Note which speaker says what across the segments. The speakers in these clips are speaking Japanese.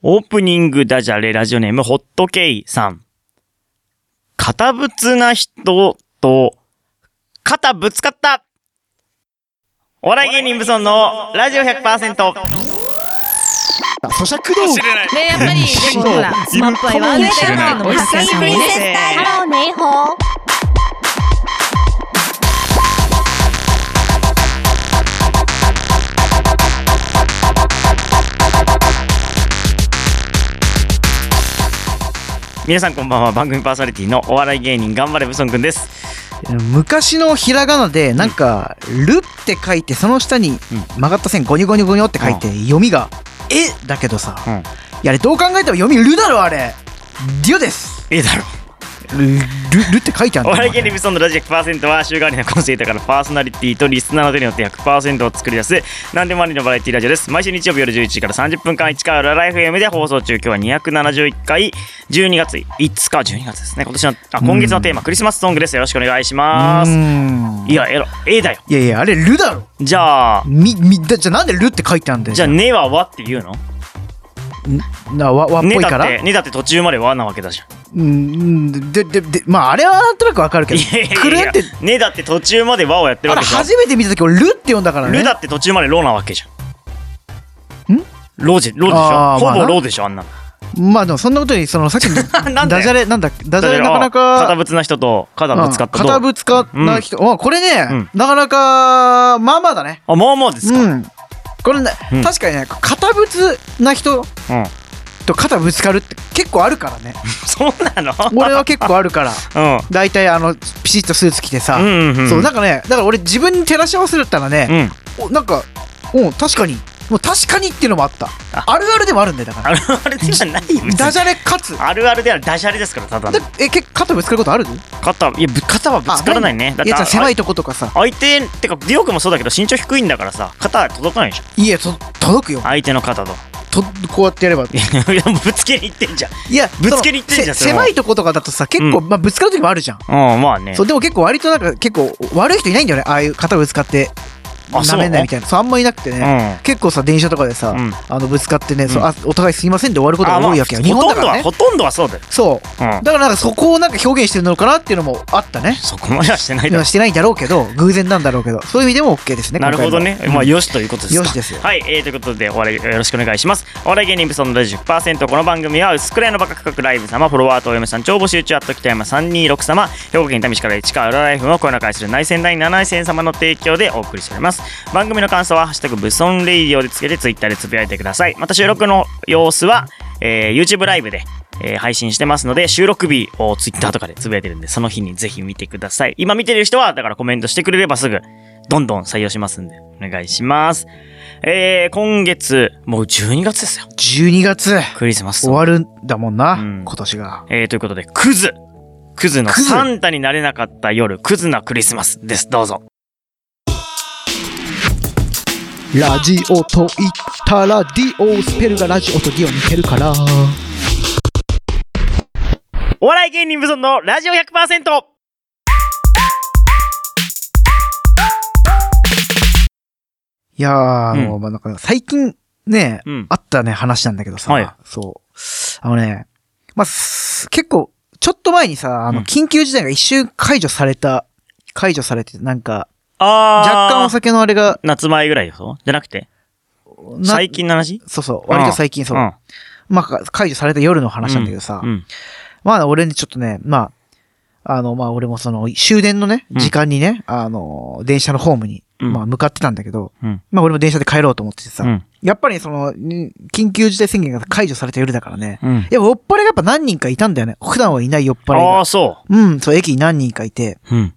Speaker 1: オープニングダジャレラジオネームホットケイさん。堅物な人と、肩ぶつかったお笑い芸人ブソンのラジオ100%。
Speaker 2: 咀嚼道具
Speaker 3: ねやっぱり、でもほら、スマップアイは安定感のも発散
Speaker 4: プ
Speaker 3: に
Speaker 4: リンセス
Speaker 3: ね。
Speaker 4: タイムハローネイホー
Speaker 1: 皆さんこんばんは。番組パーソナリティのお笑い芸人頑張れブソンくんです。
Speaker 2: 昔のひらがなでなんか「る」って書いてその下に曲がった線ゴニョゴニョゴニョって書いて読みが「え」だけどさ
Speaker 1: うん
Speaker 2: いやあれどう考えても読み「る」だろあれ「りゅ」です
Speaker 1: いいだろう。
Speaker 2: 「る」るって書いてあ
Speaker 1: お
Speaker 2: るんだ
Speaker 1: 笑
Speaker 2: よ
Speaker 1: い芸人ブソンのラジオ100%は週替わりのコンセントからパーソナリティとリスナーの手によって100%を作り出す何でもありのバラエティラジオです毎週日曜日夜11時から30分間1回裏ライフ M で放送中今日は271回12月5日12月ですね今年のあ今月のテーマクリスマスソングですよろしくお願いしま
Speaker 2: う
Speaker 1: す
Speaker 2: ーん
Speaker 1: いやエロ A だよ
Speaker 2: いやいやあれ「る」だろ
Speaker 1: じゃあ
Speaker 2: みみだじゃあなんで「る」って書いてあるんだよ
Speaker 1: じゃあ「ね」は「わ」って言うの
Speaker 2: なわ和っ
Speaker 1: ね
Speaker 2: ぽい
Speaker 1: だ
Speaker 2: か
Speaker 1: っ
Speaker 2: ら
Speaker 1: てねだって途中まで「わ」なわけだじゃん
Speaker 2: うんでででまああれはなんとなくわかるけど
Speaker 1: いやいや
Speaker 2: くる
Speaker 1: い
Speaker 2: ん
Speaker 1: や
Speaker 2: って
Speaker 1: ねだって途中まで「わ」をやってる
Speaker 2: あ
Speaker 1: わ
Speaker 2: れ
Speaker 1: けじゃん
Speaker 2: 初めて見た時俺「る」って読んだからね
Speaker 1: ルだって途中までロなわけじゃん。
Speaker 2: ん
Speaker 1: ロじ、ロでしょ
Speaker 2: あー
Speaker 1: ほ
Speaker 2: まあ
Speaker 1: ぼ
Speaker 2: な
Speaker 1: ロでしょ、あんなの。
Speaker 2: まあでもそんなことよりそのさっきの
Speaker 1: なんで
Speaker 2: ダジャレなんだダジャレなかな
Speaker 1: あ堅
Speaker 2: か
Speaker 1: 物な人と肩ぶつかったと。
Speaker 2: うん肩ぶつかった人、おこれね、
Speaker 1: うん
Speaker 2: なかなかまあまあだね
Speaker 1: あ、まあまあですか。う。
Speaker 2: うんんこれね、
Speaker 1: うん
Speaker 2: 確かにね堅物な人と肩ぶつかるって結構あるから ね
Speaker 1: そうなの
Speaker 2: 俺は結構あるから
Speaker 1: うん。
Speaker 2: 大体あのピシッとスーツ着てさ、
Speaker 1: うんうん。
Speaker 2: そうなん
Speaker 1: か
Speaker 2: かねだから俺自分に照らし合わせだったらね、
Speaker 1: うん。
Speaker 2: おなんかうん確かにもう確かにっていうのもあった
Speaker 1: あ
Speaker 2: あるあるでもあるんだよだか
Speaker 1: あるあるでは ないよ、
Speaker 2: らダジ
Speaker 1: ャ
Speaker 2: ャレかつ
Speaker 1: あるあるではダジャレですから、ただ
Speaker 2: だ
Speaker 1: の。
Speaker 2: えけ肩ぶつかることあるの
Speaker 1: 肩、いや、ぶ肩はぶつからないね。だっ
Speaker 2: い
Speaker 1: て
Speaker 2: や
Speaker 1: あ、
Speaker 2: じゃあ狭
Speaker 1: い。
Speaker 2: いとことかさ
Speaker 1: 相手、ってか、ディオ君もそうだけど、身長低いんだからさ、肩届かないでしょ。
Speaker 2: いやと届くよ
Speaker 1: 相手の肩と。
Speaker 2: とこうやってやれば
Speaker 1: いや、いやぶつけに行ってんじゃん。
Speaker 2: いや
Speaker 1: ぶつけに行ってんじゃんそ
Speaker 2: そのせ
Speaker 1: れも
Speaker 2: 狭いとことかだとさ結構、
Speaker 1: う
Speaker 2: まあ、ぶつかる時もあるじゃん、
Speaker 1: うん、まあね
Speaker 2: そ。うでも結構割となんか結構悪い人いないんだよねああいう肩ぶつかって
Speaker 1: あそ
Speaker 2: な
Speaker 1: う
Speaker 2: めないみたいなそうあんまいなくてね、
Speaker 1: うん。
Speaker 2: 結構さ電車とかでさ、
Speaker 1: うん
Speaker 2: あのぶつかってね、そう
Speaker 1: うん
Speaker 2: あお互いすいませんで終わること
Speaker 1: あ
Speaker 2: が
Speaker 1: まあ
Speaker 2: 多いわけよ、日
Speaker 1: ほと
Speaker 2: 本だ
Speaker 1: ん
Speaker 2: か
Speaker 1: ど
Speaker 2: ら
Speaker 1: は、
Speaker 2: ね
Speaker 1: ほとんどはそうだよ。
Speaker 2: そう
Speaker 1: うん。
Speaker 2: だからなんかそこをなんか表現してるのかなっていうのもあったね
Speaker 1: そこまではしてないだろ
Speaker 2: 今してないんだろうけど偶然なんだろうけどそういう意味でも OK ですね
Speaker 1: なるほどね
Speaker 2: 今回。は
Speaker 1: まあ、よしということですか。
Speaker 2: よしですよ
Speaker 1: はい、えー、ということで、お笑い、よろしくお願いします。お笑い芸人ブソンのラジオ100%。この番組は、薄くらいのバカ価格ライブ様、フォロワーとお嫁さん、超募集中、アット北山326様、兵庫県民市から市川裏ライフを声の会する内戦第7戦様の提供でお送りしております。番組の感想は、ハッシュタグブソンレイディオでつけて、ツイッターでつぶやいてください。また収録の様子は、えー YouTube ライブで、えー配信してますので、収録日を Twitter とかでつぶやいてるんで、その日にぜひ見てください。今見てる人は、だからコメントしてくれればすぐ、どんどん採用しますんで、お願いします。えー、今月、もう12月ですよ。
Speaker 2: 12月
Speaker 1: クリスマス
Speaker 2: 終。わるんだもんな、
Speaker 1: うん
Speaker 2: 今年が。
Speaker 1: えー、ということで、クズ。クズの
Speaker 2: クズ
Speaker 1: サンタになれなかった夜、クズなクリスマスです。どうぞ。
Speaker 2: ラジオと言ったらディオスペルがラジオとディオ似てるから
Speaker 1: お笑い芸人無存のラジオ 100%!
Speaker 2: いやー、
Speaker 1: うん
Speaker 2: もうまあなんか最近ね、
Speaker 1: うん。
Speaker 2: あったね話なんだけどさ、
Speaker 1: はい
Speaker 2: そうあのねまあす結構ちょっと前にさあ
Speaker 1: う
Speaker 2: の
Speaker 1: ん
Speaker 2: 緊急事態が一瞬解除された解除されてなんか
Speaker 1: あー
Speaker 2: 若干お酒のあれが
Speaker 1: 夏前ぐらいでしょじゃなくて
Speaker 2: な
Speaker 1: 最近の話
Speaker 2: そうそう割と最近そう、
Speaker 1: ん。
Speaker 2: まあ解除された夜の話なんだけどさ、
Speaker 1: うん。
Speaker 2: まあ俺ね、ちょっとね、まあ、あの、まあ俺もその終電のね、
Speaker 1: うん
Speaker 2: 時間にね、あの、電車のホームに、
Speaker 1: うん
Speaker 2: まあ向かってたんだけど、
Speaker 1: うん
Speaker 2: まあ俺も電車で帰ろうと思っててさ、
Speaker 1: うん。
Speaker 2: やっぱりその、に緊急事態宣言が解除された夜だからね、
Speaker 1: うん。
Speaker 2: いや、酔っ払いがやっぱ何人かいたんだよね。普段はいない酔っ払い
Speaker 1: あ
Speaker 2: が
Speaker 1: あ、。そ
Speaker 2: うん、そう、駅に何人かいて、
Speaker 1: う。うん。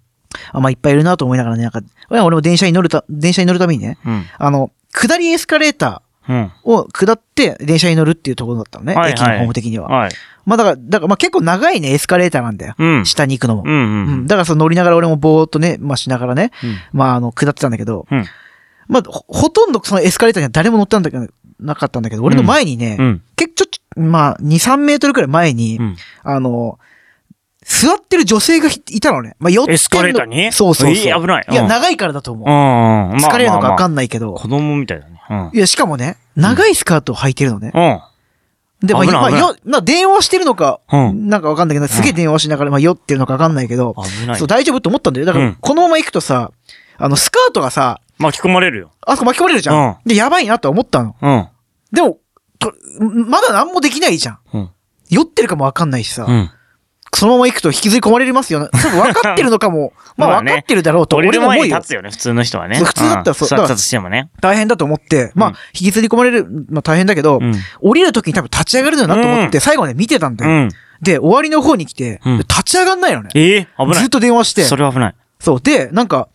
Speaker 2: あ、まあいっぱいいるなと思いながらね、なんか、俺も電車に乗るた、電車に乗るためにね、
Speaker 1: うん。
Speaker 2: あの、下りエスカレータ
Speaker 1: うん。
Speaker 2: ーを下って電車に乗るっていうところだったのね、
Speaker 1: はいはい
Speaker 2: 駅のホーム的には。
Speaker 1: はい。
Speaker 2: まあだから、だからまあ結構長いね、エスカレーターなんだよ。
Speaker 1: うん。
Speaker 2: 下に行くのも
Speaker 1: う。ん。う
Speaker 2: うん
Speaker 1: ん。
Speaker 2: だからその乗りながら俺もぼーっとね、まあしながらね、
Speaker 1: うん
Speaker 2: まああの、下ってたんだけど、
Speaker 1: うん
Speaker 2: まあほ、ほとんどそのエスカレーターには誰も乗ったんだけど、なかったんだけど、俺の前にね、
Speaker 1: うん。
Speaker 2: 結構ちょっと、まあ2、3メートルくらい前に、
Speaker 1: うん。
Speaker 2: あの、座ってる女性がひいたのね。まあ、寄ってんの
Speaker 1: エスカレーターに
Speaker 2: そうそうそう。
Speaker 1: えー危ないうん
Speaker 2: いや、長いからだと思う。
Speaker 1: うん。うん
Speaker 2: 疲れるのかわか
Speaker 1: ん
Speaker 2: んないけど。
Speaker 1: 子供みたいだね。うん。
Speaker 2: いや、しかもね、長いスカートを履いてるのね。
Speaker 1: うん。
Speaker 2: でも、
Speaker 1: 危ない
Speaker 2: まあ、
Speaker 1: 危ない
Speaker 2: よ、まあ、電話してるのか、
Speaker 1: うん
Speaker 2: なんかわかんないけど、すげえ電話しながら、まあ、酔ってるのかわかんないけど、
Speaker 1: 危ない
Speaker 2: そう、。大丈夫と思ったんだよ。だか
Speaker 1: う
Speaker 2: ら
Speaker 1: ん、
Speaker 2: このまま行くとさ、あの、スカートがさ、
Speaker 1: 巻き込まれるよ。
Speaker 2: あそこ巻き込まれるじゃん。
Speaker 1: うん
Speaker 2: で、やばいなとは思ったの。
Speaker 1: うん。
Speaker 2: でも、とまだ何もできないじゃん。
Speaker 1: うん。
Speaker 2: 酔ってるかもわかんないしさ、
Speaker 1: うん。
Speaker 2: そのまま行くと引きずり込まれますよな。多分分かってるのか も、ま
Speaker 1: ま
Speaker 2: あ
Speaker 1: あね
Speaker 2: 分かってるだろうと、
Speaker 1: 降り
Speaker 2: 俺
Speaker 1: る
Speaker 2: も
Speaker 1: 前
Speaker 2: 思
Speaker 1: に
Speaker 2: うよ
Speaker 1: 立。つよね、普通の人はね。
Speaker 2: そう普通だったらそうん
Speaker 1: 座っ
Speaker 2: だから
Speaker 1: たとしてもね。
Speaker 2: 大変だと思って、まあ
Speaker 1: うん、
Speaker 2: 引きずり込まれる、まあ大変だけど、
Speaker 1: うん。
Speaker 2: 降りる時に多分立ち上がるのよなと思って、最後まで見てたんだ
Speaker 1: う
Speaker 2: よ。
Speaker 1: ん。
Speaker 2: で、終わりの方に来て、
Speaker 1: うん
Speaker 2: 立ち上がんないよね。
Speaker 1: ええ、危ない。
Speaker 2: ずっと電話して。
Speaker 1: それは危ない。
Speaker 2: そう。で、なんか、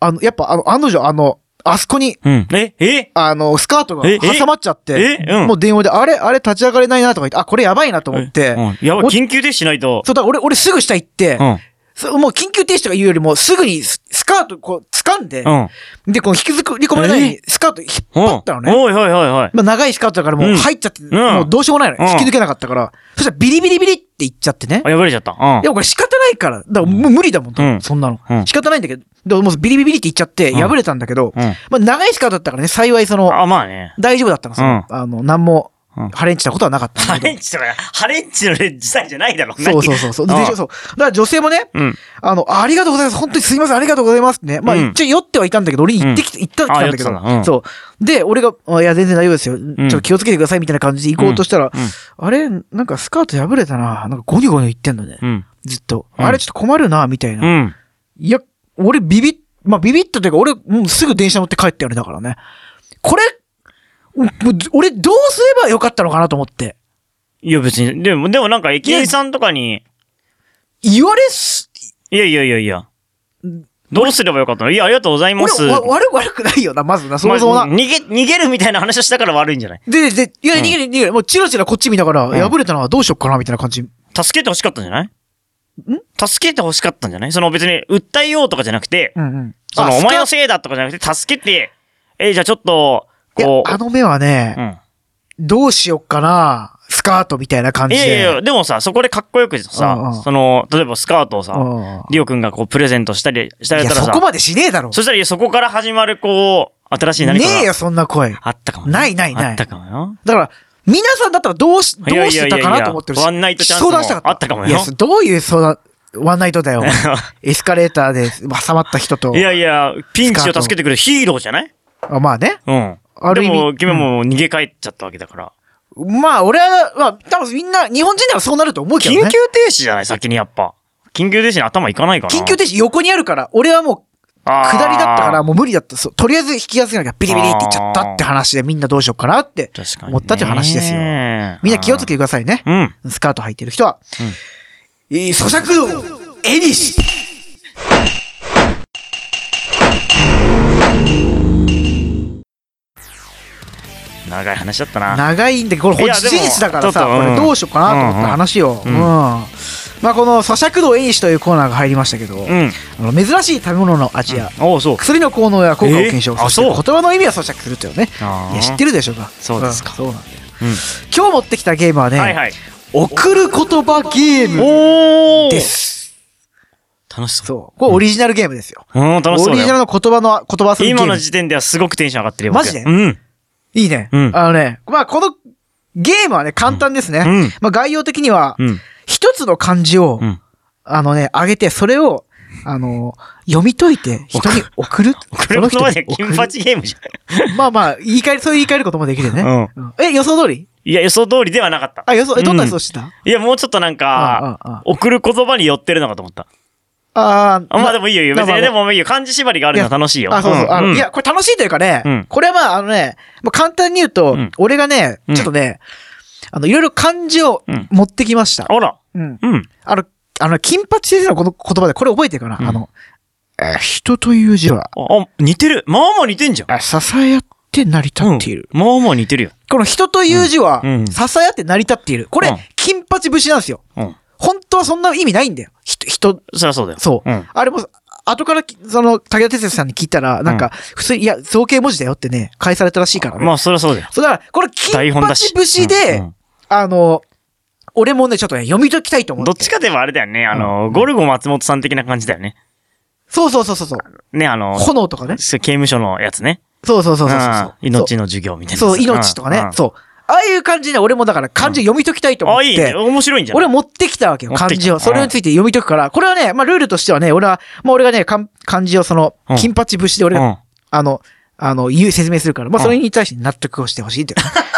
Speaker 2: あの、やっぱ、あの、案の定、あの、あそこに、
Speaker 1: うん。え、え
Speaker 2: あの、スカートが
Speaker 1: ええ
Speaker 2: 挟まっちゃって、
Speaker 1: えうん
Speaker 2: もう電話で、あれ、あれ立ち上がれないなとか言って、あ、これやばいなと思って、
Speaker 1: うんやばい、
Speaker 2: お
Speaker 1: 緊急停止しないと。
Speaker 2: そう、だから俺、俺すぐ下行って、
Speaker 1: うん。
Speaker 2: そうもう緊急停止とか言うよりも、すぐにススカートこう、掴んで、
Speaker 1: うん。
Speaker 2: で、こう引きずり込まれないように、スカート引っ張ったのね。
Speaker 1: おいおいおいおい。
Speaker 2: まあ、長いスカートだからもう入っちゃって、
Speaker 1: ん
Speaker 2: もうどうしようもないの、
Speaker 1: うん
Speaker 2: 引き抜けなかったから、そしたらビリビリビリって言っちゃってね
Speaker 1: あ、。破れちゃった。
Speaker 2: いや、これ仕方ないから。だからもう無理だもん、
Speaker 1: うん
Speaker 2: そんなの、
Speaker 1: うん
Speaker 2: 仕方ないんだけど、でももうビリビリって言っちゃって、
Speaker 1: うん
Speaker 2: 破れたんだけど、
Speaker 1: うん。うん。
Speaker 2: まあ長いスカートだったからね、幸いその、
Speaker 1: あ、まあね。
Speaker 2: 大丈夫だったの、そのあの、なんも
Speaker 1: うん、
Speaker 2: ハレンチしたことはなかっ た
Speaker 1: ハ
Speaker 2: んだ
Speaker 1: レ
Speaker 2: け
Speaker 1: ンチとか、ハレンチのレッジさえじゃないだろ。
Speaker 2: ど。そうそうそうそう。で
Speaker 1: 何
Speaker 2: そう。だから女性もね、
Speaker 1: うん。
Speaker 2: あの、ありがとうございます。本当にすいません、ありがとうございますってね。まあ、
Speaker 1: うん
Speaker 2: 一応酔ってはいたんだけど、俺に言ってき、言ったら来たんだけど、
Speaker 1: あ酔ってたんだうん
Speaker 2: そう。で、俺が、あいや、全然大丈夫ですよ。ちょっと気をつけてください、みたいな感じで行こうとしたら、あれ、なんかスカート破れたな。なんかゴニョゴニョ言ってんのね。
Speaker 1: うん。
Speaker 2: ずっと。
Speaker 1: うん
Speaker 2: あれ、ちょっと困るな、みたいな。
Speaker 1: うん。
Speaker 2: いや、俺ビビッ、まあビビったというか、俺、もうすぐ電車乗って帰ったよね、だからね。これ、もう俺どうすればよかったのかなと思って。
Speaker 1: いや、別に。でも、でもなんか駅員さんとかに、
Speaker 2: 言われす、
Speaker 1: いやいやいやいや。どうすればよかったのいや、ありがとうございます。
Speaker 2: 俺わ悪、悪くないよな、まずな、そ
Speaker 1: ま
Speaker 2: も
Speaker 1: あ
Speaker 2: そもな。
Speaker 1: 逃げ、逃げるみたいな話をしたから悪いんじゃない
Speaker 2: で、で、いや、逃げる、逃げる。もう、チラチラこっち見ながら、
Speaker 1: うん
Speaker 2: 破れたのはどうしよっかな、みたいな感じ。
Speaker 1: 助けて欲しかったんじゃないん助けて欲しかったんじゃないその別に訴えようとかじゃなくて、
Speaker 2: うんうん。
Speaker 1: その
Speaker 2: あ
Speaker 1: お前の
Speaker 2: ス
Speaker 1: せいだとかじゃなくて、助けて、えー、じゃあちょっと、
Speaker 2: カいや
Speaker 1: こ、う、
Speaker 2: あの目は
Speaker 1: う
Speaker 2: ね、
Speaker 1: ん。
Speaker 2: どうしよっかな、スカートみたいな感
Speaker 1: い
Speaker 2: じで。
Speaker 1: やいやいや、でもさ、そこでかっこよく
Speaker 2: うんう
Speaker 1: さ
Speaker 2: ん、
Speaker 1: その、例えばスカートをさ
Speaker 2: う、ん
Speaker 1: リオくんがこうプレゼントしたりしたら
Speaker 2: いや、
Speaker 1: たら
Speaker 2: そ
Speaker 1: さ
Speaker 2: こ、までしねえだろ。
Speaker 1: そしたらいやそこから始まるこう、新しい
Speaker 2: ね
Speaker 1: 何か
Speaker 2: えよ、
Speaker 1: が
Speaker 2: そんな声。
Speaker 1: あったかもね。
Speaker 2: ないないない
Speaker 1: あったかもよ。
Speaker 2: だから、皆さんだったらどうし、どう
Speaker 1: いやい
Speaker 2: し
Speaker 1: や
Speaker 2: て
Speaker 1: いや
Speaker 2: た
Speaker 1: いや
Speaker 2: かなと思ってるし。
Speaker 1: ワンナイトチャンスも
Speaker 2: 相談したかった。
Speaker 1: あったかもよ
Speaker 2: いや、そどういう相談、ワンナイト だよ。エスカレーターで挟まった人と。
Speaker 1: いやいや、ピンチを助けてくれるヒーローじゃない
Speaker 2: あまあね。
Speaker 1: うん。
Speaker 2: ある
Speaker 1: で
Speaker 2: 意味
Speaker 1: も、君はもう逃げ帰っちゃったわけだから。
Speaker 2: まあ、俺は、まあ、多分みんな、日本人ならそうなると思うけ
Speaker 1: 緊
Speaker 2: どね。
Speaker 1: 急停止じゃない先にやっぱ。緊急停止に頭いかないかな。
Speaker 2: 緊急停止横にあるから、俺はもう、
Speaker 1: あー
Speaker 2: 下りだったから、もう無理だった。そうとりあえず引き寄せなきゃビリビリって言っちゃったって話で、みんなどうしようかなって
Speaker 1: 確かにね。
Speaker 2: 思ったという話ですよ。みんな気をつけてくださいね。
Speaker 1: うん。
Speaker 2: スカート履いてる人は。えー咀嚼道、エニシ
Speaker 1: 長い話だったな。
Speaker 2: 長いんで、これ、
Speaker 1: い
Speaker 2: 事
Speaker 1: やでも
Speaker 2: 実だからさ、
Speaker 1: ちょっとうん
Speaker 2: これどうしようかなと思った話を。
Speaker 1: う
Speaker 2: うんん。
Speaker 1: うん
Speaker 2: まあ、この、咀嚼道演習というコーナーが入りましたけど、
Speaker 1: うん。
Speaker 2: あの珍しい食べ物の味や、
Speaker 1: おう、そう。
Speaker 2: 薬の効能や効果を検証、
Speaker 1: えーあ
Speaker 2: そして
Speaker 1: そう
Speaker 2: 言葉の意味を咀嚼するというね。
Speaker 1: あー
Speaker 2: いや、知ってるでしょうか。
Speaker 1: そうですか
Speaker 2: んそうなんだよ。
Speaker 1: う
Speaker 2: 今日持ってきたゲームはね、
Speaker 1: ん。はいはい。
Speaker 2: 送る言葉ゲーム
Speaker 1: おお
Speaker 2: です。
Speaker 1: 楽しそう。
Speaker 2: そう。これオリジナルゲームですよ。
Speaker 1: うん、楽しそう
Speaker 2: オリ
Speaker 1: だ
Speaker 2: ジナル
Speaker 1: よ。
Speaker 2: の言葉の、言葉遊びゲ
Speaker 1: 今
Speaker 2: ーム
Speaker 1: の。時点ではすごくテンション上がってるよ。
Speaker 2: マジで
Speaker 1: 僕うん。
Speaker 2: いいね、
Speaker 1: うん
Speaker 2: あのね、まあこのゲームはね、簡単ですね。
Speaker 1: うん
Speaker 2: まあ概要的には、
Speaker 1: うん。
Speaker 2: 一つの漢字を、
Speaker 1: うん。
Speaker 2: あのね、上げて、それを、あの、読み解いて、人に送る。
Speaker 1: これも
Speaker 2: その
Speaker 1: ま
Speaker 2: 人
Speaker 1: で
Speaker 2: に送
Speaker 1: 金
Speaker 2: る。
Speaker 1: 八ゲームじゃん。
Speaker 2: まあまあ、言い換え、そういう言い換えることもできるね。
Speaker 1: う
Speaker 2: うんえ、予想通り
Speaker 1: いや、予想通りではなかった。
Speaker 2: あ、予想、え、どんな予想
Speaker 1: う
Speaker 2: してた、
Speaker 1: いや、もうちょっとなんか
Speaker 2: うんうんうん、
Speaker 1: 送る言葉に寄ってるのかと思った。
Speaker 2: あー
Speaker 1: あまあでもいいよ、いいよ。
Speaker 2: まあ
Speaker 1: 別
Speaker 2: まあ
Speaker 1: にでもいいよ。漢字縛りがあるのは楽しいよ。
Speaker 2: あ、そうそう。
Speaker 1: ん
Speaker 2: あの、
Speaker 1: ん
Speaker 2: いや、これ楽しいというかね、
Speaker 1: うん
Speaker 2: これはまあ、あのね、まあ、簡単に言うと、
Speaker 1: うん
Speaker 2: 俺がね
Speaker 1: う、ん
Speaker 2: ちょっとね、あの、いろいろ漢字を
Speaker 1: うん
Speaker 2: 持ってきました。
Speaker 1: あら。
Speaker 2: うん。
Speaker 1: うん。
Speaker 2: あの、あの、金八先生のこの言葉で、これ覚えてるかな、
Speaker 1: うん
Speaker 2: あの、えー人という字は、
Speaker 1: あ、あ似てる。まあまあ似てんじゃん。
Speaker 2: あ支え合って成り立
Speaker 1: うん
Speaker 2: っている。
Speaker 1: まあまあ似てるよ。
Speaker 2: この人という字は、
Speaker 1: うんうん
Speaker 2: 支え合って成り立っている。これ、
Speaker 1: うん
Speaker 2: 金八節なんですよ。
Speaker 1: うん。
Speaker 2: 本当はそんな意味ないんだよ。人、人、
Speaker 1: そりゃそうだよ。
Speaker 2: そう。
Speaker 1: うん。
Speaker 2: あれも、後からき、その、武田鉄矢さんに聞いたら、なんか、普通に、いや、造形文字だよってね、返されたらしいからね。
Speaker 1: まあそりゃそうだよ。
Speaker 2: そうだから、これ、
Speaker 1: 台
Speaker 2: 金
Speaker 1: 本だし
Speaker 2: 八節で、
Speaker 1: うんうん
Speaker 2: あの、俺もね、ちょっとね、読み解きたいと思っ
Speaker 1: ど
Speaker 2: て。
Speaker 1: っちかではあれだよね。あの、ゴルゴ松本さん的な感じだよね。
Speaker 2: そうそうそうそうそう。
Speaker 1: ね、あの、
Speaker 2: 炎とかね。
Speaker 1: そう刑務所のやつね。
Speaker 2: そうそうそうそうそう
Speaker 1: うん命の授業みたいなやつ。
Speaker 2: そう、命とか
Speaker 1: うんう
Speaker 2: ね
Speaker 1: ん。
Speaker 2: そう。ああいう感じで俺もだから漢字読み解きたいと思っ
Speaker 1: あ、いいね。
Speaker 2: て、
Speaker 1: 面白いんじゃない
Speaker 2: 俺持ってきたわけよ、
Speaker 1: 持って
Speaker 2: 漢
Speaker 1: きた
Speaker 2: 字を。それについて読み解くから、これはね、まあルールとしてはね、俺は、まあ俺がね、漢漢字をその
Speaker 1: うん、
Speaker 2: 金八節で俺が、あの、あの、言う、説明明するから、まあそれに対して納得をしてほしいって。
Speaker 1: うん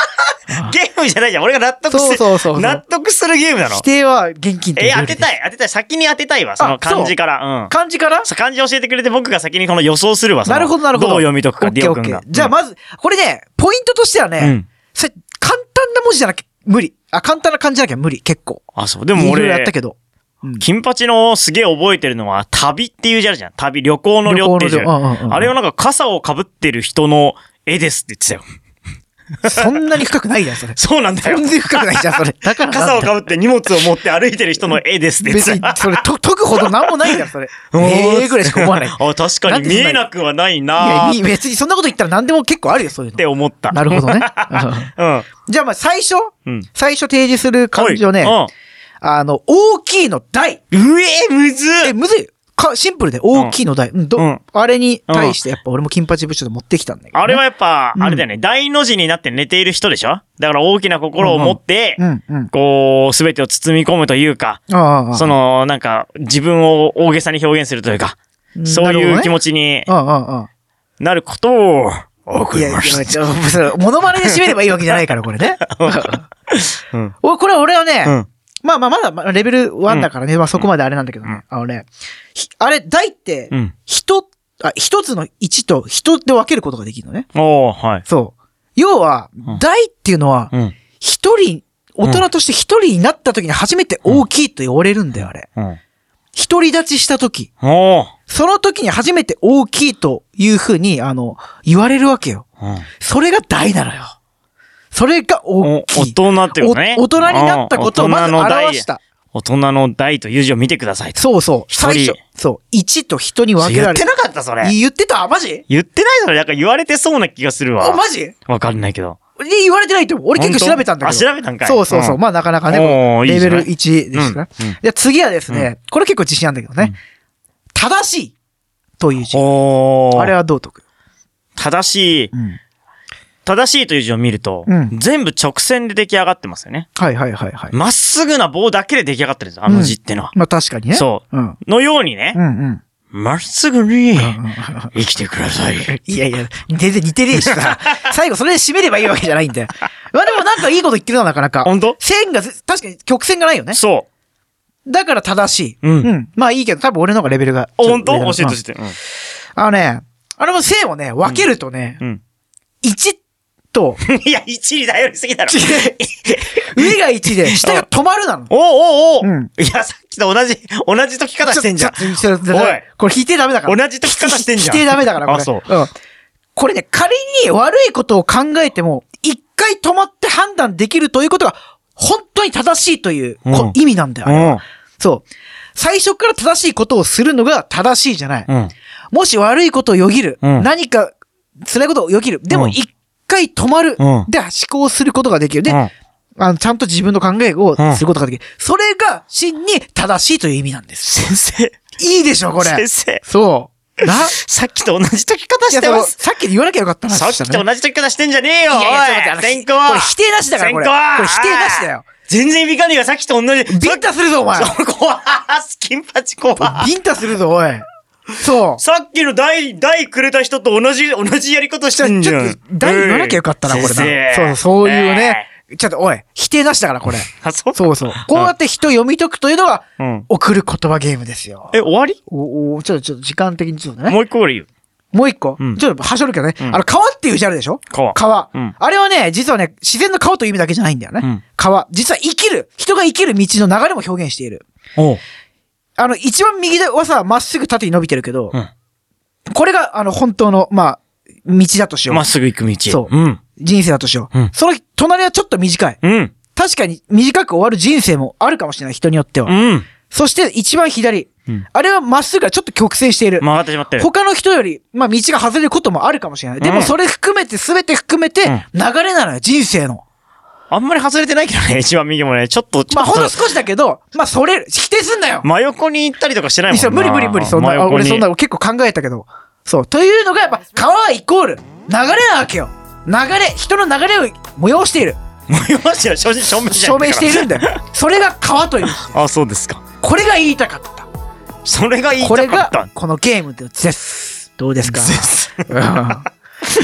Speaker 1: ゲームじゃないじゃん。俺が納得
Speaker 2: そう
Speaker 1: する。
Speaker 2: そうそうそう。
Speaker 1: 納得するゲームなの
Speaker 2: 否。定は現金って
Speaker 1: え
Speaker 2: いうルー
Speaker 1: 当
Speaker 2: ルで
Speaker 1: てたい。当てたい。先に当てたいわ。その漢字から。うん。
Speaker 2: 漢字から
Speaker 1: さ漢字教えてくれて僕が先にこの予想するわ。その
Speaker 2: なるほど、なるほど。
Speaker 1: どう読み解く
Speaker 2: オ
Speaker 1: か、
Speaker 2: ッ
Speaker 1: デ
Speaker 2: ケー
Speaker 1: ィ
Speaker 2: オ
Speaker 1: オ
Speaker 2: ッ
Speaker 1: 君
Speaker 2: ケー
Speaker 1: が。
Speaker 2: じゃあまず、これね、ポイントとしては
Speaker 1: う
Speaker 2: ね、
Speaker 1: ん。
Speaker 2: それ簡単な文字じゃなきゃ無理。あ、簡単な漢字じゃなきゃ無理、結構。
Speaker 1: あ、そう。でも
Speaker 2: いろいろや
Speaker 1: 俺
Speaker 2: った、けど。うん
Speaker 1: 金八のすげえ覚えてるのは、旅っていう字あるじゃん。旅、旅行の旅っていう字
Speaker 2: 旅行の旅うんうんうん
Speaker 1: あれはなんか傘をかぶってる人の絵ですって言ってたよ。。
Speaker 2: そんなに深くないじゃん、それ
Speaker 1: そうなんだよ
Speaker 2: 全。然深くないじゃん、そ れ。だからなんだ
Speaker 1: 傘をかぶって荷物を持って歩いてる人の絵ですって言っ
Speaker 2: 別
Speaker 1: て
Speaker 2: に
Speaker 1: たよ。、。
Speaker 2: それ、と解くほどなんもないじゃん、それ
Speaker 1: おー
Speaker 2: ええぐらいしか思わない。い
Speaker 1: あ、確かに見えなくはないな
Speaker 2: や、
Speaker 1: ー
Speaker 2: い
Speaker 1: っ
Speaker 2: い別にそんなこと言ったら何でも結構あるよ、そういう
Speaker 1: て
Speaker 2: の。
Speaker 1: 思った。
Speaker 2: なる ほどね。うん
Speaker 1: うん。
Speaker 2: じゃあまあ最初、
Speaker 1: うん
Speaker 2: 最初提示する漢字をね、
Speaker 1: は
Speaker 2: あの、大きいの大。
Speaker 1: いうんうえ、むずっ
Speaker 2: え、むずい。か、シンプルで、大きいの台。うん、ど、
Speaker 1: うん
Speaker 2: あれに対して、やっぱ俺も金八部長で持ってきたんだけど、ね。
Speaker 1: あれはやっぱ、
Speaker 2: うん
Speaker 1: あれだよね、大の字になって寝ている人でしょだから大きな心を持って、
Speaker 2: うん、うん。
Speaker 1: こう、すべてを包み込むというか、
Speaker 2: ああああ、
Speaker 1: その、なんか、自分を大げさに表現するというか、
Speaker 2: うん
Speaker 1: そういう気
Speaker 2: なる
Speaker 1: 持ちに
Speaker 2: ほどね。ああ、あ
Speaker 1: なることを、
Speaker 2: あ。いや、いや、ちょ、それモノマネで締めればいいわけじゃないから、これ ね。
Speaker 1: うん。
Speaker 2: お、これ俺はね、
Speaker 1: うん。
Speaker 2: まあまあ、まだまあ、レベル1だからね、まあそこまであれなんだけどね。あのね、ひあれ、台って
Speaker 1: う、ん。
Speaker 2: 人、あ、一つの1と人で分けることができるのね。
Speaker 1: おー、はい。
Speaker 2: そう。要は
Speaker 1: ん、
Speaker 2: 台っていうのは
Speaker 1: う、ん。
Speaker 2: 一人、大人として一人になった時に初めて大きいと言われるんだよ、あれ。
Speaker 1: うん。
Speaker 2: 独り立ちした時、
Speaker 1: おー。
Speaker 2: その時に初めて大きいというふうに、あの、言われるわけよ。
Speaker 1: うん
Speaker 2: それが大なのよ。それが
Speaker 1: お
Speaker 2: 大きい。
Speaker 1: 大人ってことね。
Speaker 2: お大人になったことを
Speaker 1: うん
Speaker 2: まず
Speaker 1: 大
Speaker 2: 表した。
Speaker 1: 大人の大という字を見てくださいと。
Speaker 2: そうそう。
Speaker 1: 一人
Speaker 2: 最初。そう。一と人に分け
Speaker 1: 言
Speaker 2: ら
Speaker 1: っ
Speaker 2: れ
Speaker 1: て
Speaker 2: る。
Speaker 1: なかった、それ。
Speaker 2: 言ってたマジ
Speaker 1: 言ってないそれ。なんか言われてそうな気がする
Speaker 2: あ、
Speaker 1: わ。
Speaker 2: マジえ
Speaker 1: わかんないけど。
Speaker 2: 言われてないと思う。俺結構調べたんだけ
Speaker 1: 本当
Speaker 2: ど。
Speaker 1: あ調べたんかい。
Speaker 2: そうそうそう。
Speaker 1: ん
Speaker 2: まあなかなか
Speaker 1: お
Speaker 2: ね、
Speaker 1: ーいい
Speaker 2: レ
Speaker 1: じゃ
Speaker 2: ベ
Speaker 1: ない
Speaker 2: ル1ですから。
Speaker 1: うんうん
Speaker 2: で、次はですね、これ結構自信あるんだけどね。正しいという字。
Speaker 1: おー
Speaker 2: あれはどう解く
Speaker 1: 正しい、
Speaker 2: うん。
Speaker 1: 正しいという字を見ると、
Speaker 2: うん
Speaker 1: 全部直線で出来上がってますよね。
Speaker 2: はいはいはいはい。
Speaker 1: まっすぐな棒だけで出来上がってるんですあの字ってのは。
Speaker 2: まあ確かにね。。
Speaker 1: そう
Speaker 2: うん。
Speaker 1: のようにね
Speaker 2: う、んうん。
Speaker 1: まっすぐに生きてください。
Speaker 2: いやいや、全然似てねえしさ。 最後それで締めればいいわけじゃないん だよ。まあでもなんかいいこと言ってるな、なかなか。
Speaker 1: ほんと
Speaker 2: 線がず、確かに曲線がないよね。
Speaker 1: そ
Speaker 2: だから正しい。
Speaker 1: うん
Speaker 2: まあいいけど、多分俺の方がレベルが
Speaker 1: う。
Speaker 2: ちょ
Speaker 1: ほ
Speaker 2: っ
Speaker 1: んと
Speaker 2: 上だ
Speaker 1: 教
Speaker 2: な。
Speaker 1: えて教えて。
Speaker 2: うんあのね、あれも線をね、分けるとね
Speaker 1: う、 ん。
Speaker 2: 1と、
Speaker 1: うんいや、一に頼りすぎだろ。
Speaker 2: 上が1で、下が止まるなの。
Speaker 1: おうおうおう
Speaker 2: うん
Speaker 1: いや、さっきと同じ、同じ解き方してんじゃん。
Speaker 2: ちょちょちょ
Speaker 1: おい
Speaker 2: これ引いてダメだから。
Speaker 1: 同じ解き方してんじゃん
Speaker 2: 否定ダメだから、これ。。
Speaker 1: あそうん
Speaker 2: これね、仮に悪いことを考えても、一回止まって判断できるということが、本当に正しいという、こ
Speaker 1: うん
Speaker 2: 意味なんだよあれは。
Speaker 1: う
Speaker 2: そう。最初から正しいことをするのが正しいじゃない。
Speaker 1: ん。うん。
Speaker 2: もし悪いことをよぎる。
Speaker 1: うん
Speaker 2: 何か辛いことをよぎる。で
Speaker 1: う
Speaker 2: も
Speaker 1: ん
Speaker 2: 一回止まる。
Speaker 1: うん
Speaker 2: で、思考することができる。で、
Speaker 1: うん
Speaker 2: あの、ちゃんと自分の考えをすることができる。それが真に正しいという意味なんです。
Speaker 1: 先生、
Speaker 2: いいでしょ、これ
Speaker 1: 先。生、
Speaker 2: そ う。な、
Speaker 1: さっきと同じ解き方
Speaker 2: い
Speaker 1: し
Speaker 2: や
Speaker 1: て
Speaker 2: その
Speaker 1: ます。
Speaker 2: さっき言わなきゃよかったな、
Speaker 1: さっ
Speaker 2: そ
Speaker 1: き
Speaker 2: した
Speaker 1: と
Speaker 2: らね
Speaker 1: 同じ解き方してんじゃねえよ
Speaker 2: いやいや、ちょっと待ってあの
Speaker 1: おい先行
Speaker 2: これ否定なしだから、これ。こ
Speaker 1: 先行
Speaker 2: れ否定なしだよ。
Speaker 1: 全然響かねえよさっきと同じ。
Speaker 2: ビンタするぞ、お
Speaker 1: そ
Speaker 2: 前。
Speaker 1: こは、スキンパチ怖っ
Speaker 2: ビンタするぞ、おい。そう。
Speaker 1: さっきの台、台くれた人と同じ、同じやり方してんじ
Speaker 2: ちょ
Speaker 1: ゃ
Speaker 2: っ
Speaker 1: ん
Speaker 2: と。、大言わなきゃよかったな、これな。そうそう、そういうね。。ちょっと、おい、否定なしだから、これ。
Speaker 1: あ、そう
Speaker 2: そうそう。こうやって人を読み解くというのが、
Speaker 1: うん。
Speaker 2: 送る言葉ゲームですよ。
Speaker 1: え、終わり
Speaker 2: お、お、ちょっと、ちょっと時間的にちょっとね。
Speaker 1: もう一個俺言う。
Speaker 2: もう一個。
Speaker 1: うん
Speaker 2: ちょっと、はしょるけどね。
Speaker 1: うん
Speaker 2: あの、川っていう字あるでしょ
Speaker 1: 川
Speaker 2: 川、
Speaker 1: うん
Speaker 2: あれはね、実はね、自然の川という意味だけじゃないんだよね。
Speaker 1: うん
Speaker 2: 川。実は生きる。人が生きる道の流れも表現している。
Speaker 1: おう。
Speaker 2: あの、一番右ではさ、まっすぐ縦に伸びてるけど、
Speaker 1: うん
Speaker 2: これが、あの、本当の、まあ、道だとしよう。
Speaker 1: まっすぐ行く道。
Speaker 2: そう
Speaker 1: うん。
Speaker 2: 人生だとしよう。
Speaker 1: うん
Speaker 2: その隣はちょっと短い。
Speaker 1: うん。
Speaker 2: 確かに短く終わる人生もあるかもしれない、人によっては。
Speaker 1: うん。
Speaker 2: そして一番左。
Speaker 1: うん
Speaker 2: あれはまっすぐがちょっと曲線している。
Speaker 1: 曲がってしまってる。
Speaker 2: 他の人より、まあ、道が外れることもあるかもしれない。で
Speaker 1: う
Speaker 2: も
Speaker 1: ん
Speaker 2: それ含めて、すべて含めて、
Speaker 1: う
Speaker 2: 流
Speaker 1: ん
Speaker 2: れなのよ、人生の。
Speaker 1: あんまり外れてないけどね、一番右もね。ちょっと、ちょ
Speaker 2: まあ、
Speaker 1: っ
Speaker 2: ほんの
Speaker 1: と、
Speaker 2: 少しだけど、まあ、それ、否定すんなよ
Speaker 1: 真横に行ったりとかしてないもん
Speaker 2: いや無理無理無理、そんな、
Speaker 1: 真
Speaker 2: あ
Speaker 1: 横に
Speaker 2: 俺そんなの結構考えたけど。そう。というのが、やっぱ、川イコール、流れなわけよ。流れ、人の流れを催している。
Speaker 1: 催しは正直証明じゃ
Speaker 2: 証
Speaker 1: な
Speaker 2: 明
Speaker 1: い
Speaker 2: しているんだ よ。それが川という。
Speaker 1: あそうですか
Speaker 2: これが言いたかった。
Speaker 1: それが言い
Speaker 2: これ
Speaker 1: たかっ
Speaker 2: が
Speaker 1: た
Speaker 2: このゲームです。どうで すか。
Speaker 1: です
Speaker 2: うん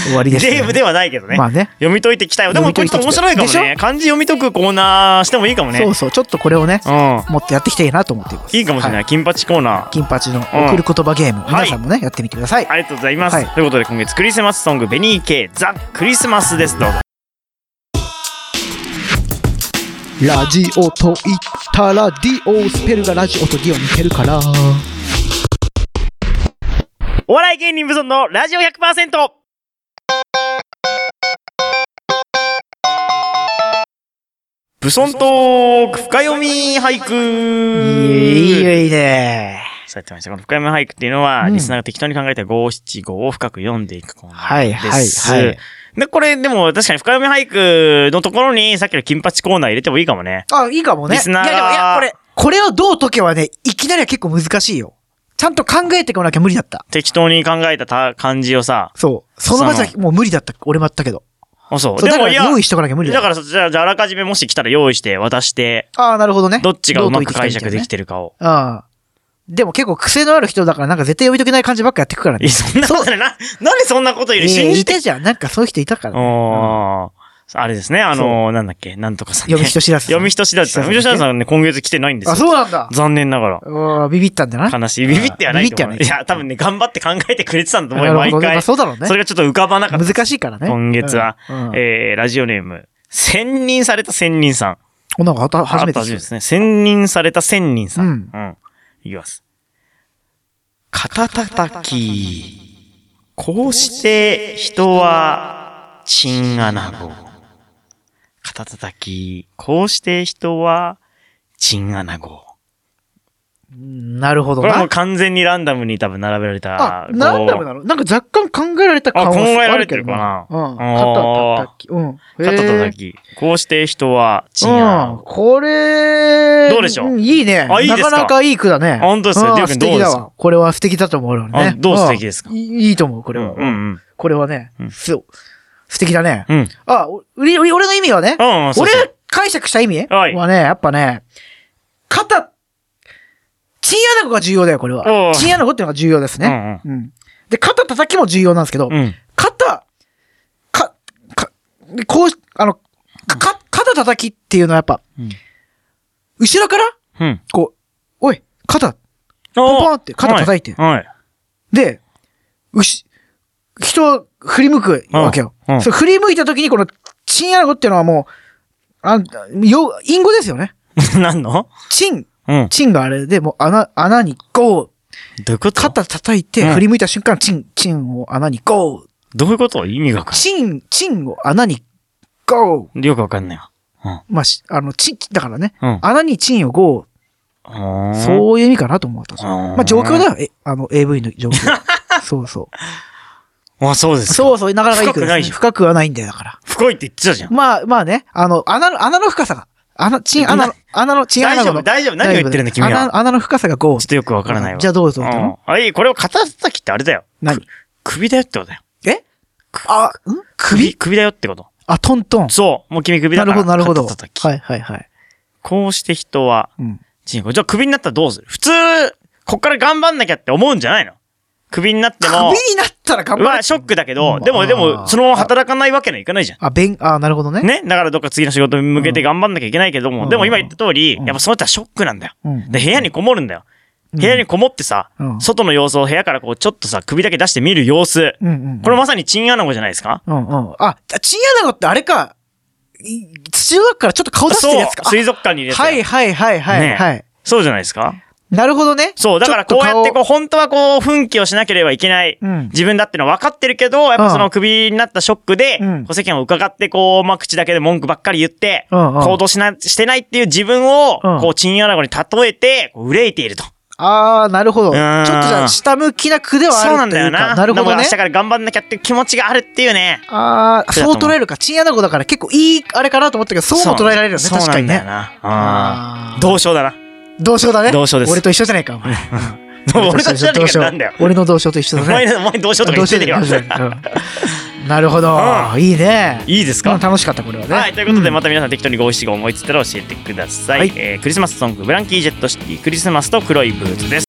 Speaker 2: 終わりです、ね。
Speaker 1: ゲームではないけどね、
Speaker 2: まあね。
Speaker 1: 読み解いてきたよでもこ
Speaker 2: 読
Speaker 1: れ
Speaker 2: み
Speaker 1: ちょ
Speaker 2: 解
Speaker 1: っと
Speaker 2: いて
Speaker 1: 面
Speaker 2: きた
Speaker 1: 白いかも
Speaker 2: で
Speaker 1: ね漢字読み解くコーナーしてもいいかもね
Speaker 2: そうそう、ちょっとこれをね、
Speaker 1: うん
Speaker 2: もっとやっていきたいなと思っています。
Speaker 1: いいかもしれない、
Speaker 2: は
Speaker 1: 金八コーナー
Speaker 2: 金八の送る言葉ゲーム、皆さんもね、やってみてください。
Speaker 1: ありがとうございます、
Speaker 2: はい
Speaker 1: ということで今月クリスマスソング「ベニーケイザ・クリスマス」ですどうぞ
Speaker 2: ラジオと言ったら、ディオスペルがラジオとディオ似てるから。
Speaker 1: お笑い芸人無尊のラジオ100%武尊トーク深読み俳
Speaker 2: い
Speaker 1: 句
Speaker 2: いよ、いいね。
Speaker 1: そうやってました。この深読み俳句っていうのは、
Speaker 2: うん
Speaker 1: リスナーが適当に考えた五七五を深く読んでいくコーナ
Speaker 2: はい、
Speaker 1: ー
Speaker 2: はい、
Speaker 1: です。
Speaker 2: はい。
Speaker 1: で、これでも確かに深読み俳句のところにさっきの金八コーナー入れてもいいかもね。
Speaker 2: あ、いいかもね。
Speaker 1: リスナー
Speaker 2: い
Speaker 1: が
Speaker 2: や、でも、いや、これ、これをどう解けばね、いきなりは結構難しいよ。ちゃんと考えてこなきゃ無理だった。
Speaker 1: 適当に考えたた漢字をさ、
Speaker 2: そう。その場じゃもう無理だった。俺もやったけど。
Speaker 1: あ、そう。
Speaker 2: そう、
Speaker 1: で
Speaker 2: だか
Speaker 1: も
Speaker 2: ら
Speaker 1: いや、
Speaker 2: 用意しとかなきゃ無理だ
Speaker 1: だからそじゃあ、じゃああらかじめもし来たら用意して渡して、
Speaker 2: ああ、なるほどね。
Speaker 1: どっちがうまく解
Speaker 2: ど
Speaker 1: 釈
Speaker 2: う解
Speaker 1: で
Speaker 2: い
Speaker 1: きてるかを。
Speaker 2: たらいいんだよねうん。でも結構癖のある人だからなんか絶対読み解けない感じばっかやってくから
Speaker 1: い
Speaker 2: ね。
Speaker 1: や、そんなことない。な、なんでそんなこと
Speaker 2: え
Speaker 1: 言う
Speaker 2: ー
Speaker 1: 信じ
Speaker 2: い
Speaker 1: て。
Speaker 2: たじゃん。なんかそういう人いたから
Speaker 1: お
Speaker 2: ね。うん
Speaker 1: ーあれですね、あのー、なんだっけ、なんとかさんね。
Speaker 2: 読み人知 らずさん。
Speaker 1: 読み人知らずさん。
Speaker 2: 知
Speaker 1: 読み
Speaker 2: ら
Speaker 1: 人
Speaker 2: ず
Speaker 1: 知
Speaker 2: さ
Speaker 1: らず
Speaker 2: ん
Speaker 1: さんね、今月来てないんです
Speaker 2: あ、
Speaker 1: よ。
Speaker 2: そうなんだ。
Speaker 1: 残念なが
Speaker 2: うんビビったんだな。
Speaker 1: ら。悲しい。ビビってはないと思う。
Speaker 2: ビビってはな
Speaker 1: いや、
Speaker 2: い
Speaker 1: 多分ね、頑張って考えてくれてたんだと思うよ、
Speaker 2: な
Speaker 1: 毎
Speaker 2: るほど。まあ
Speaker 1: 回。そ
Speaker 2: そうだろうね。
Speaker 1: れがちょっと浮かばなかった。
Speaker 2: 難しいからね。
Speaker 1: 今月は
Speaker 2: うん。うん
Speaker 1: えー、ラジオネーム、専任された専任さん。
Speaker 2: おなんかはた初めて
Speaker 1: あった
Speaker 2: 聞
Speaker 1: で
Speaker 2: いた。
Speaker 1: すね。専任された千人さん。
Speaker 2: う
Speaker 1: うんん。いきます。肩叩き。こうして人は、チンアナゴ。肩叩き。こうして人は、チンアナゴ。
Speaker 2: うんなるほど
Speaker 1: これはもう
Speaker 2: な。
Speaker 1: 完全にランダムに多分並べられた
Speaker 2: あ、。なんだろう
Speaker 1: こ
Speaker 2: なのなんか若干考えられた
Speaker 1: うあ、
Speaker 2: 感は
Speaker 1: 考えら
Speaker 2: あ
Speaker 1: れ
Speaker 2: る
Speaker 1: て
Speaker 2: け
Speaker 1: る
Speaker 2: ど
Speaker 1: か
Speaker 2: う
Speaker 1: な。
Speaker 2: ん。肩叩き。うん。へー
Speaker 1: 肩叩き。こうして人は、チンアナ
Speaker 2: うん
Speaker 1: ゴ。
Speaker 2: これ、
Speaker 1: どうでしょうん
Speaker 2: いいね。
Speaker 1: あいいですか
Speaker 2: なかなかいい句だね。
Speaker 1: あ本当ですね
Speaker 2: うん
Speaker 1: デュー
Speaker 2: 素
Speaker 1: 君どう
Speaker 2: 敵
Speaker 1: ですか
Speaker 2: だわ。これは素敵だと思うよ
Speaker 1: あ
Speaker 2: ね。
Speaker 1: どう素敵
Speaker 2: ん
Speaker 1: ですか
Speaker 2: いいいと思う、こ
Speaker 1: う
Speaker 2: れ
Speaker 1: ん
Speaker 2: は。
Speaker 1: うん
Speaker 2: これはね
Speaker 1: う、ん
Speaker 2: そう。素敵だね。
Speaker 1: うん。うん。
Speaker 2: あ、お俺俺俺の意味はね、
Speaker 1: うんうん、そう
Speaker 2: 俺
Speaker 1: そう
Speaker 2: が解釈した意味
Speaker 1: はい
Speaker 2: はね、やっぱね、肩、チンアナゴが重要だよ、これ
Speaker 1: お
Speaker 2: は
Speaker 1: う。
Speaker 2: チンアナゴっていうのが重要ですね。うんで、肩叩きも重要なんですけど
Speaker 1: うん、うん。うん。
Speaker 2: 肩、か、か、でこう、あの、か、か肩叩きっていうのはやっぱ、
Speaker 1: うん
Speaker 2: 後ろから、
Speaker 1: うん。
Speaker 2: こう、おい、肩、
Speaker 1: ポ
Speaker 2: ポンって肩叩いて
Speaker 1: はい。はい
Speaker 2: で、うし、人は振り向くわけよ。
Speaker 1: うんうん
Speaker 2: それ振り向いた時にこの、チンアナゴっていうのはもう、あよ、隠語ですよね。
Speaker 1: 何の
Speaker 2: チン、
Speaker 1: うん。
Speaker 2: チンがあれで、もう穴、穴にゴー、
Speaker 1: どういうこと
Speaker 2: 肩叩いて、
Speaker 1: うん
Speaker 2: 振り向いた瞬間、チン、チンを穴にゴー、
Speaker 1: どういうこと意味がわかん
Speaker 2: チン、チンを穴にゴー。
Speaker 1: ない。よくわかんないわ。
Speaker 2: まあ、しあの、チン、だからね。
Speaker 1: うん。
Speaker 2: 穴にチンを5、
Speaker 1: うん。
Speaker 2: そういう意味かなと思ったんですよ。
Speaker 1: うん
Speaker 2: まあ状況だよ。え、あの、AV の 状況。そうそう。
Speaker 1: あ、そうですか。
Speaker 2: そうそう、なかなかいい句
Speaker 1: 深く
Speaker 2: です
Speaker 1: な
Speaker 2: ね
Speaker 1: いじゃん
Speaker 2: 深くはないんだよ、だから。
Speaker 1: 深いって言ってたじゃん。
Speaker 2: まあ、まあね、あの、穴の、穴の深さが。穴、チン、穴の、穴の、チン、
Speaker 1: 大
Speaker 2: 穴
Speaker 1: 丈
Speaker 2: の
Speaker 1: 夫、
Speaker 2: の。
Speaker 1: 大丈夫。何を言ってるんだ、君は。
Speaker 2: 穴、穴の深さが
Speaker 1: ちょっ
Speaker 2: 5。
Speaker 1: とよくわからないわ。
Speaker 2: じゃあどうぞ。
Speaker 1: うんあ、いい。これを肩叩きってあれだよ。
Speaker 2: 何
Speaker 1: 首だよってことだよ。
Speaker 2: えあ、ん
Speaker 1: 首
Speaker 2: 首
Speaker 1: 首だよってこと。
Speaker 2: あ、トントン。
Speaker 1: そう。もう君首だ
Speaker 2: な
Speaker 1: から。
Speaker 2: るほど、なるほど。
Speaker 1: 肩叩き。
Speaker 2: はい、はい、はい。
Speaker 1: こうして人は、
Speaker 2: うん。
Speaker 1: 人口。じゃあ首になったらどうする普通、こっから頑張んなきゃって思うんじゃないの首になっても
Speaker 2: 首、になったら頑
Speaker 1: う
Speaker 2: 張
Speaker 1: わ、
Speaker 2: れ。
Speaker 1: ショックだけ
Speaker 2: う
Speaker 1: ど、
Speaker 2: ん
Speaker 1: でも、で
Speaker 2: あー
Speaker 1: も、そのまま働かないわけにはいかないじゃん。
Speaker 2: あ、べん、あ、なるほどね。
Speaker 1: ね、だからどっか次の仕事に向けて頑張んなきゃいけないけども、
Speaker 2: うん
Speaker 1: でも今言った通り、
Speaker 2: うん
Speaker 1: やっぱそうやったらショックなんだよ。
Speaker 2: うん
Speaker 1: で、部屋にこもるんだよ。
Speaker 2: うん
Speaker 1: 部屋にこもってさ、
Speaker 2: うん
Speaker 1: 外の様子を部屋からこうちょっとさ、首だけ出して見る様子。
Speaker 2: うんうんうん。
Speaker 1: これまさにチンアナゴじゃないですか
Speaker 2: うんうん。あ、チンアナゴってあれか、い土の中からちょっと顔出してるやつか。
Speaker 1: 水族館にいるやつだ
Speaker 2: は
Speaker 1: よ。
Speaker 2: いはいはいはい、
Speaker 1: ね
Speaker 2: はい。
Speaker 1: そうじゃないですか
Speaker 2: なるほどね。
Speaker 1: そう、だからこうやってこ
Speaker 2: う。
Speaker 1: う、本当はこう、奮起をしなければいけない。
Speaker 2: うん
Speaker 1: 自分だってのは分かってるけど、やっぱそうの
Speaker 2: ん
Speaker 1: 首になったショックで、
Speaker 2: うん
Speaker 1: こう世間を伺って、こう、まあ、口だけで文句ばっかり言って、
Speaker 2: うんうん
Speaker 1: 行動しな、してないっていう自分を、
Speaker 2: うん
Speaker 1: こう、チンアナゴに例えて、こう憂いていると。
Speaker 2: ああ、なるほど。
Speaker 1: ん
Speaker 2: ちょっとじゃあ、下向きな句では
Speaker 1: そう
Speaker 2: あ
Speaker 1: な
Speaker 2: る
Speaker 1: ん
Speaker 2: と
Speaker 1: だ
Speaker 2: い
Speaker 1: よ
Speaker 2: うか。
Speaker 1: な。
Speaker 2: なるほど
Speaker 1: でも
Speaker 2: ね
Speaker 1: 明日。から頑張んなきゃっていう気持ちがあるっていうね。
Speaker 2: ああ、
Speaker 1: そうだ
Speaker 2: そう
Speaker 1: と思う
Speaker 2: 捉えるか。チンアナゴだから結構いい、あれかなと思ったけど、そうも捉えられるよね。
Speaker 1: そう
Speaker 2: 確かに
Speaker 1: そう
Speaker 2: ね。
Speaker 1: なんだよな。う
Speaker 2: あー
Speaker 1: ん。同症だな。
Speaker 2: 同性だね。
Speaker 1: 同性です
Speaker 2: 俺と一緒じゃないか、お前。
Speaker 1: 俺たちだけなんだよ。
Speaker 2: 俺の同性と一緒だ
Speaker 1: お前
Speaker 2: ね。
Speaker 1: お前同症とか言ってねえよ。
Speaker 2: 同性だねうんなるほど、
Speaker 1: う
Speaker 2: いいね
Speaker 1: いいですか、
Speaker 2: うん楽しかったこれはね
Speaker 1: はい、ということで、
Speaker 2: ん
Speaker 1: また皆さん適当に五七五思いついたら教えてください、
Speaker 2: はい
Speaker 1: えークリスマスソングブランキー・ジェット・シティクリスマスと黒いブーツです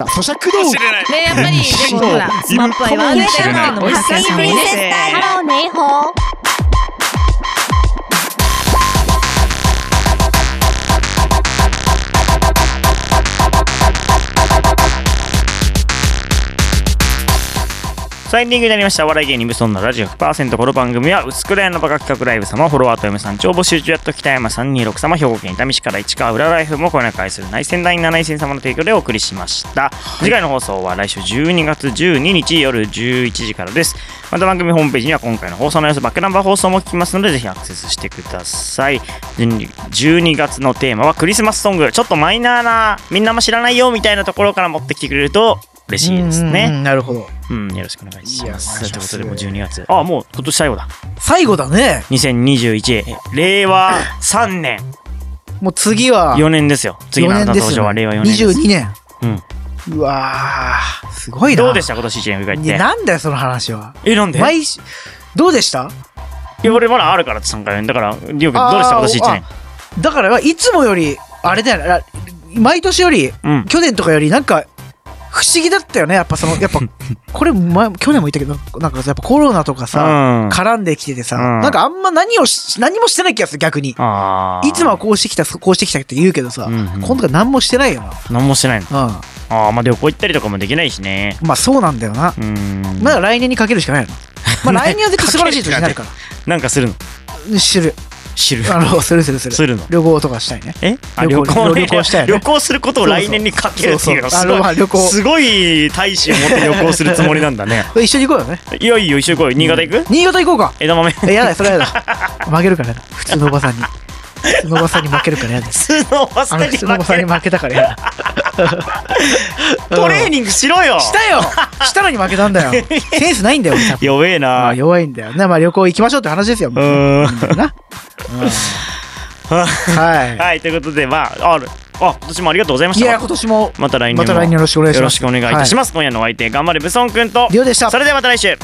Speaker 2: 咀嚼道具
Speaker 1: ない
Speaker 3: ねやっぱりでもほらスマップアイワールドキャプテンの松田さんもね
Speaker 4: ハローネイホー。
Speaker 1: サインディングになりましたお笑い芸人ブソンのラジオ100%この番組は薄暗屋のバカ企画ライブ様フォロワーと嫁さん超募集中やっと北山326様兵庫県伊丹市から市川裏ライフもこの会する内戦第7戦様の提供でお送りしました、次回の放送は来週12月12日夜11時からですまた番組ホームページには今回の放送の様子バックナンバー放送も聞きますのでぜひアクセスしてください12 12月のテーマはクリスマスソングちょっとマイナーなみんなも知らないよみたいなところから持ってきてくれると嬉しいですね、
Speaker 2: うんなるほど
Speaker 1: うん、よろしくお願いします。
Speaker 2: いや
Speaker 1: ということで、もう12月。あ、もう今年最後だ。
Speaker 2: 最後だね
Speaker 1: 2021、令和3年、
Speaker 2: もう次は
Speaker 1: 4年ですよ。次のあなた登場は令和4年です。
Speaker 2: 22年
Speaker 1: うん
Speaker 2: うわーすごいな
Speaker 1: どうでした今年1年振り
Speaker 2: いや
Speaker 1: 返って。
Speaker 2: なんだよその話は
Speaker 1: え、なんで
Speaker 2: 毎週どうでした
Speaker 1: いや俺まだあるからって3回目。だから、りょうくんどうでした今年1年。
Speaker 2: だからいつもよりあれだよねら毎年より
Speaker 1: うん。
Speaker 2: 去年とかよりなんか不思議だったよねやっぱそ のやっぱこれ前去年も言ったけどなんかさやっぱコロナとかさ、
Speaker 1: うん。
Speaker 2: 絡んできててさ、
Speaker 1: うん
Speaker 2: なんかあんま何をし何もしてない気がする逆に
Speaker 1: あー
Speaker 2: いつもはこうしてきたこうしてきたって言うけどさ、
Speaker 1: うんうん
Speaker 2: 今度は何もしてないよな、
Speaker 1: 何もしてないの。
Speaker 2: うん、
Speaker 1: ああ、まあ旅行行ったりとかもできないしね。
Speaker 2: まあそうなんだよな
Speaker 1: うーん。
Speaker 2: まだ来年にかけるしかないの。まあ 来年は絶対素晴らしい年になるか
Speaker 1: なんかするの
Speaker 2: ら。知 る。
Speaker 1: 知る。
Speaker 2: あの、するするする。
Speaker 1: するの
Speaker 2: 旅行とかしたいね。
Speaker 1: えあ
Speaker 2: 旅
Speaker 1: 旅
Speaker 2: 行
Speaker 1: 行ね
Speaker 2: 旅行したいね
Speaker 1: 旅行することを来年にかけるっていうの
Speaker 2: そ
Speaker 1: す
Speaker 2: うそうそうあのま
Speaker 1: ご
Speaker 2: あ
Speaker 1: い
Speaker 2: 旅行
Speaker 1: すごい大志を持って旅行するつもりなんだね
Speaker 2: 一緒に行こうよね。
Speaker 1: いよいよ一緒に行こうよ新潟行く、
Speaker 2: 新潟行こうか。
Speaker 1: 枝豆
Speaker 2: えやだよ、それはやだ。負けるからやだ。普通のおばさんに。普通のおばさんに負けるからや だ。
Speaker 1: 普通のおば
Speaker 2: あ
Speaker 1: さん
Speaker 2: の
Speaker 1: に
Speaker 2: 普
Speaker 1: 負
Speaker 2: 通のおばさん
Speaker 1: け
Speaker 2: に負けたからやだ。
Speaker 1: トレーニングしろよ
Speaker 2: したよしたのに負けたんだ よ。センスないんだよ、俺多分
Speaker 1: 弱え
Speaker 2: ま
Speaker 1: な
Speaker 2: あ弱いんだよ。なまあ旅行行きましょうって話ですよ。
Speaker 1: う
Speaker 2: もう
Speaker 1: ーん
Speaker 2: な。は
Speaker 1: はいということでまああるあ今年もありがとうございま
Speaker 2: い。い
Speaker 1: した
Speaker 2: や、今年も、
Speaker 1: また来年も
Speaker 2: また来年よろしくお願いします
Speaker 1: よろしくお願いいたし
Speaker 2: は
Speaker 1: ます、今夜のお相手頑張れブソンくんと
Speaker 2: りょうでした
Speaker 1: そ。れではまた来週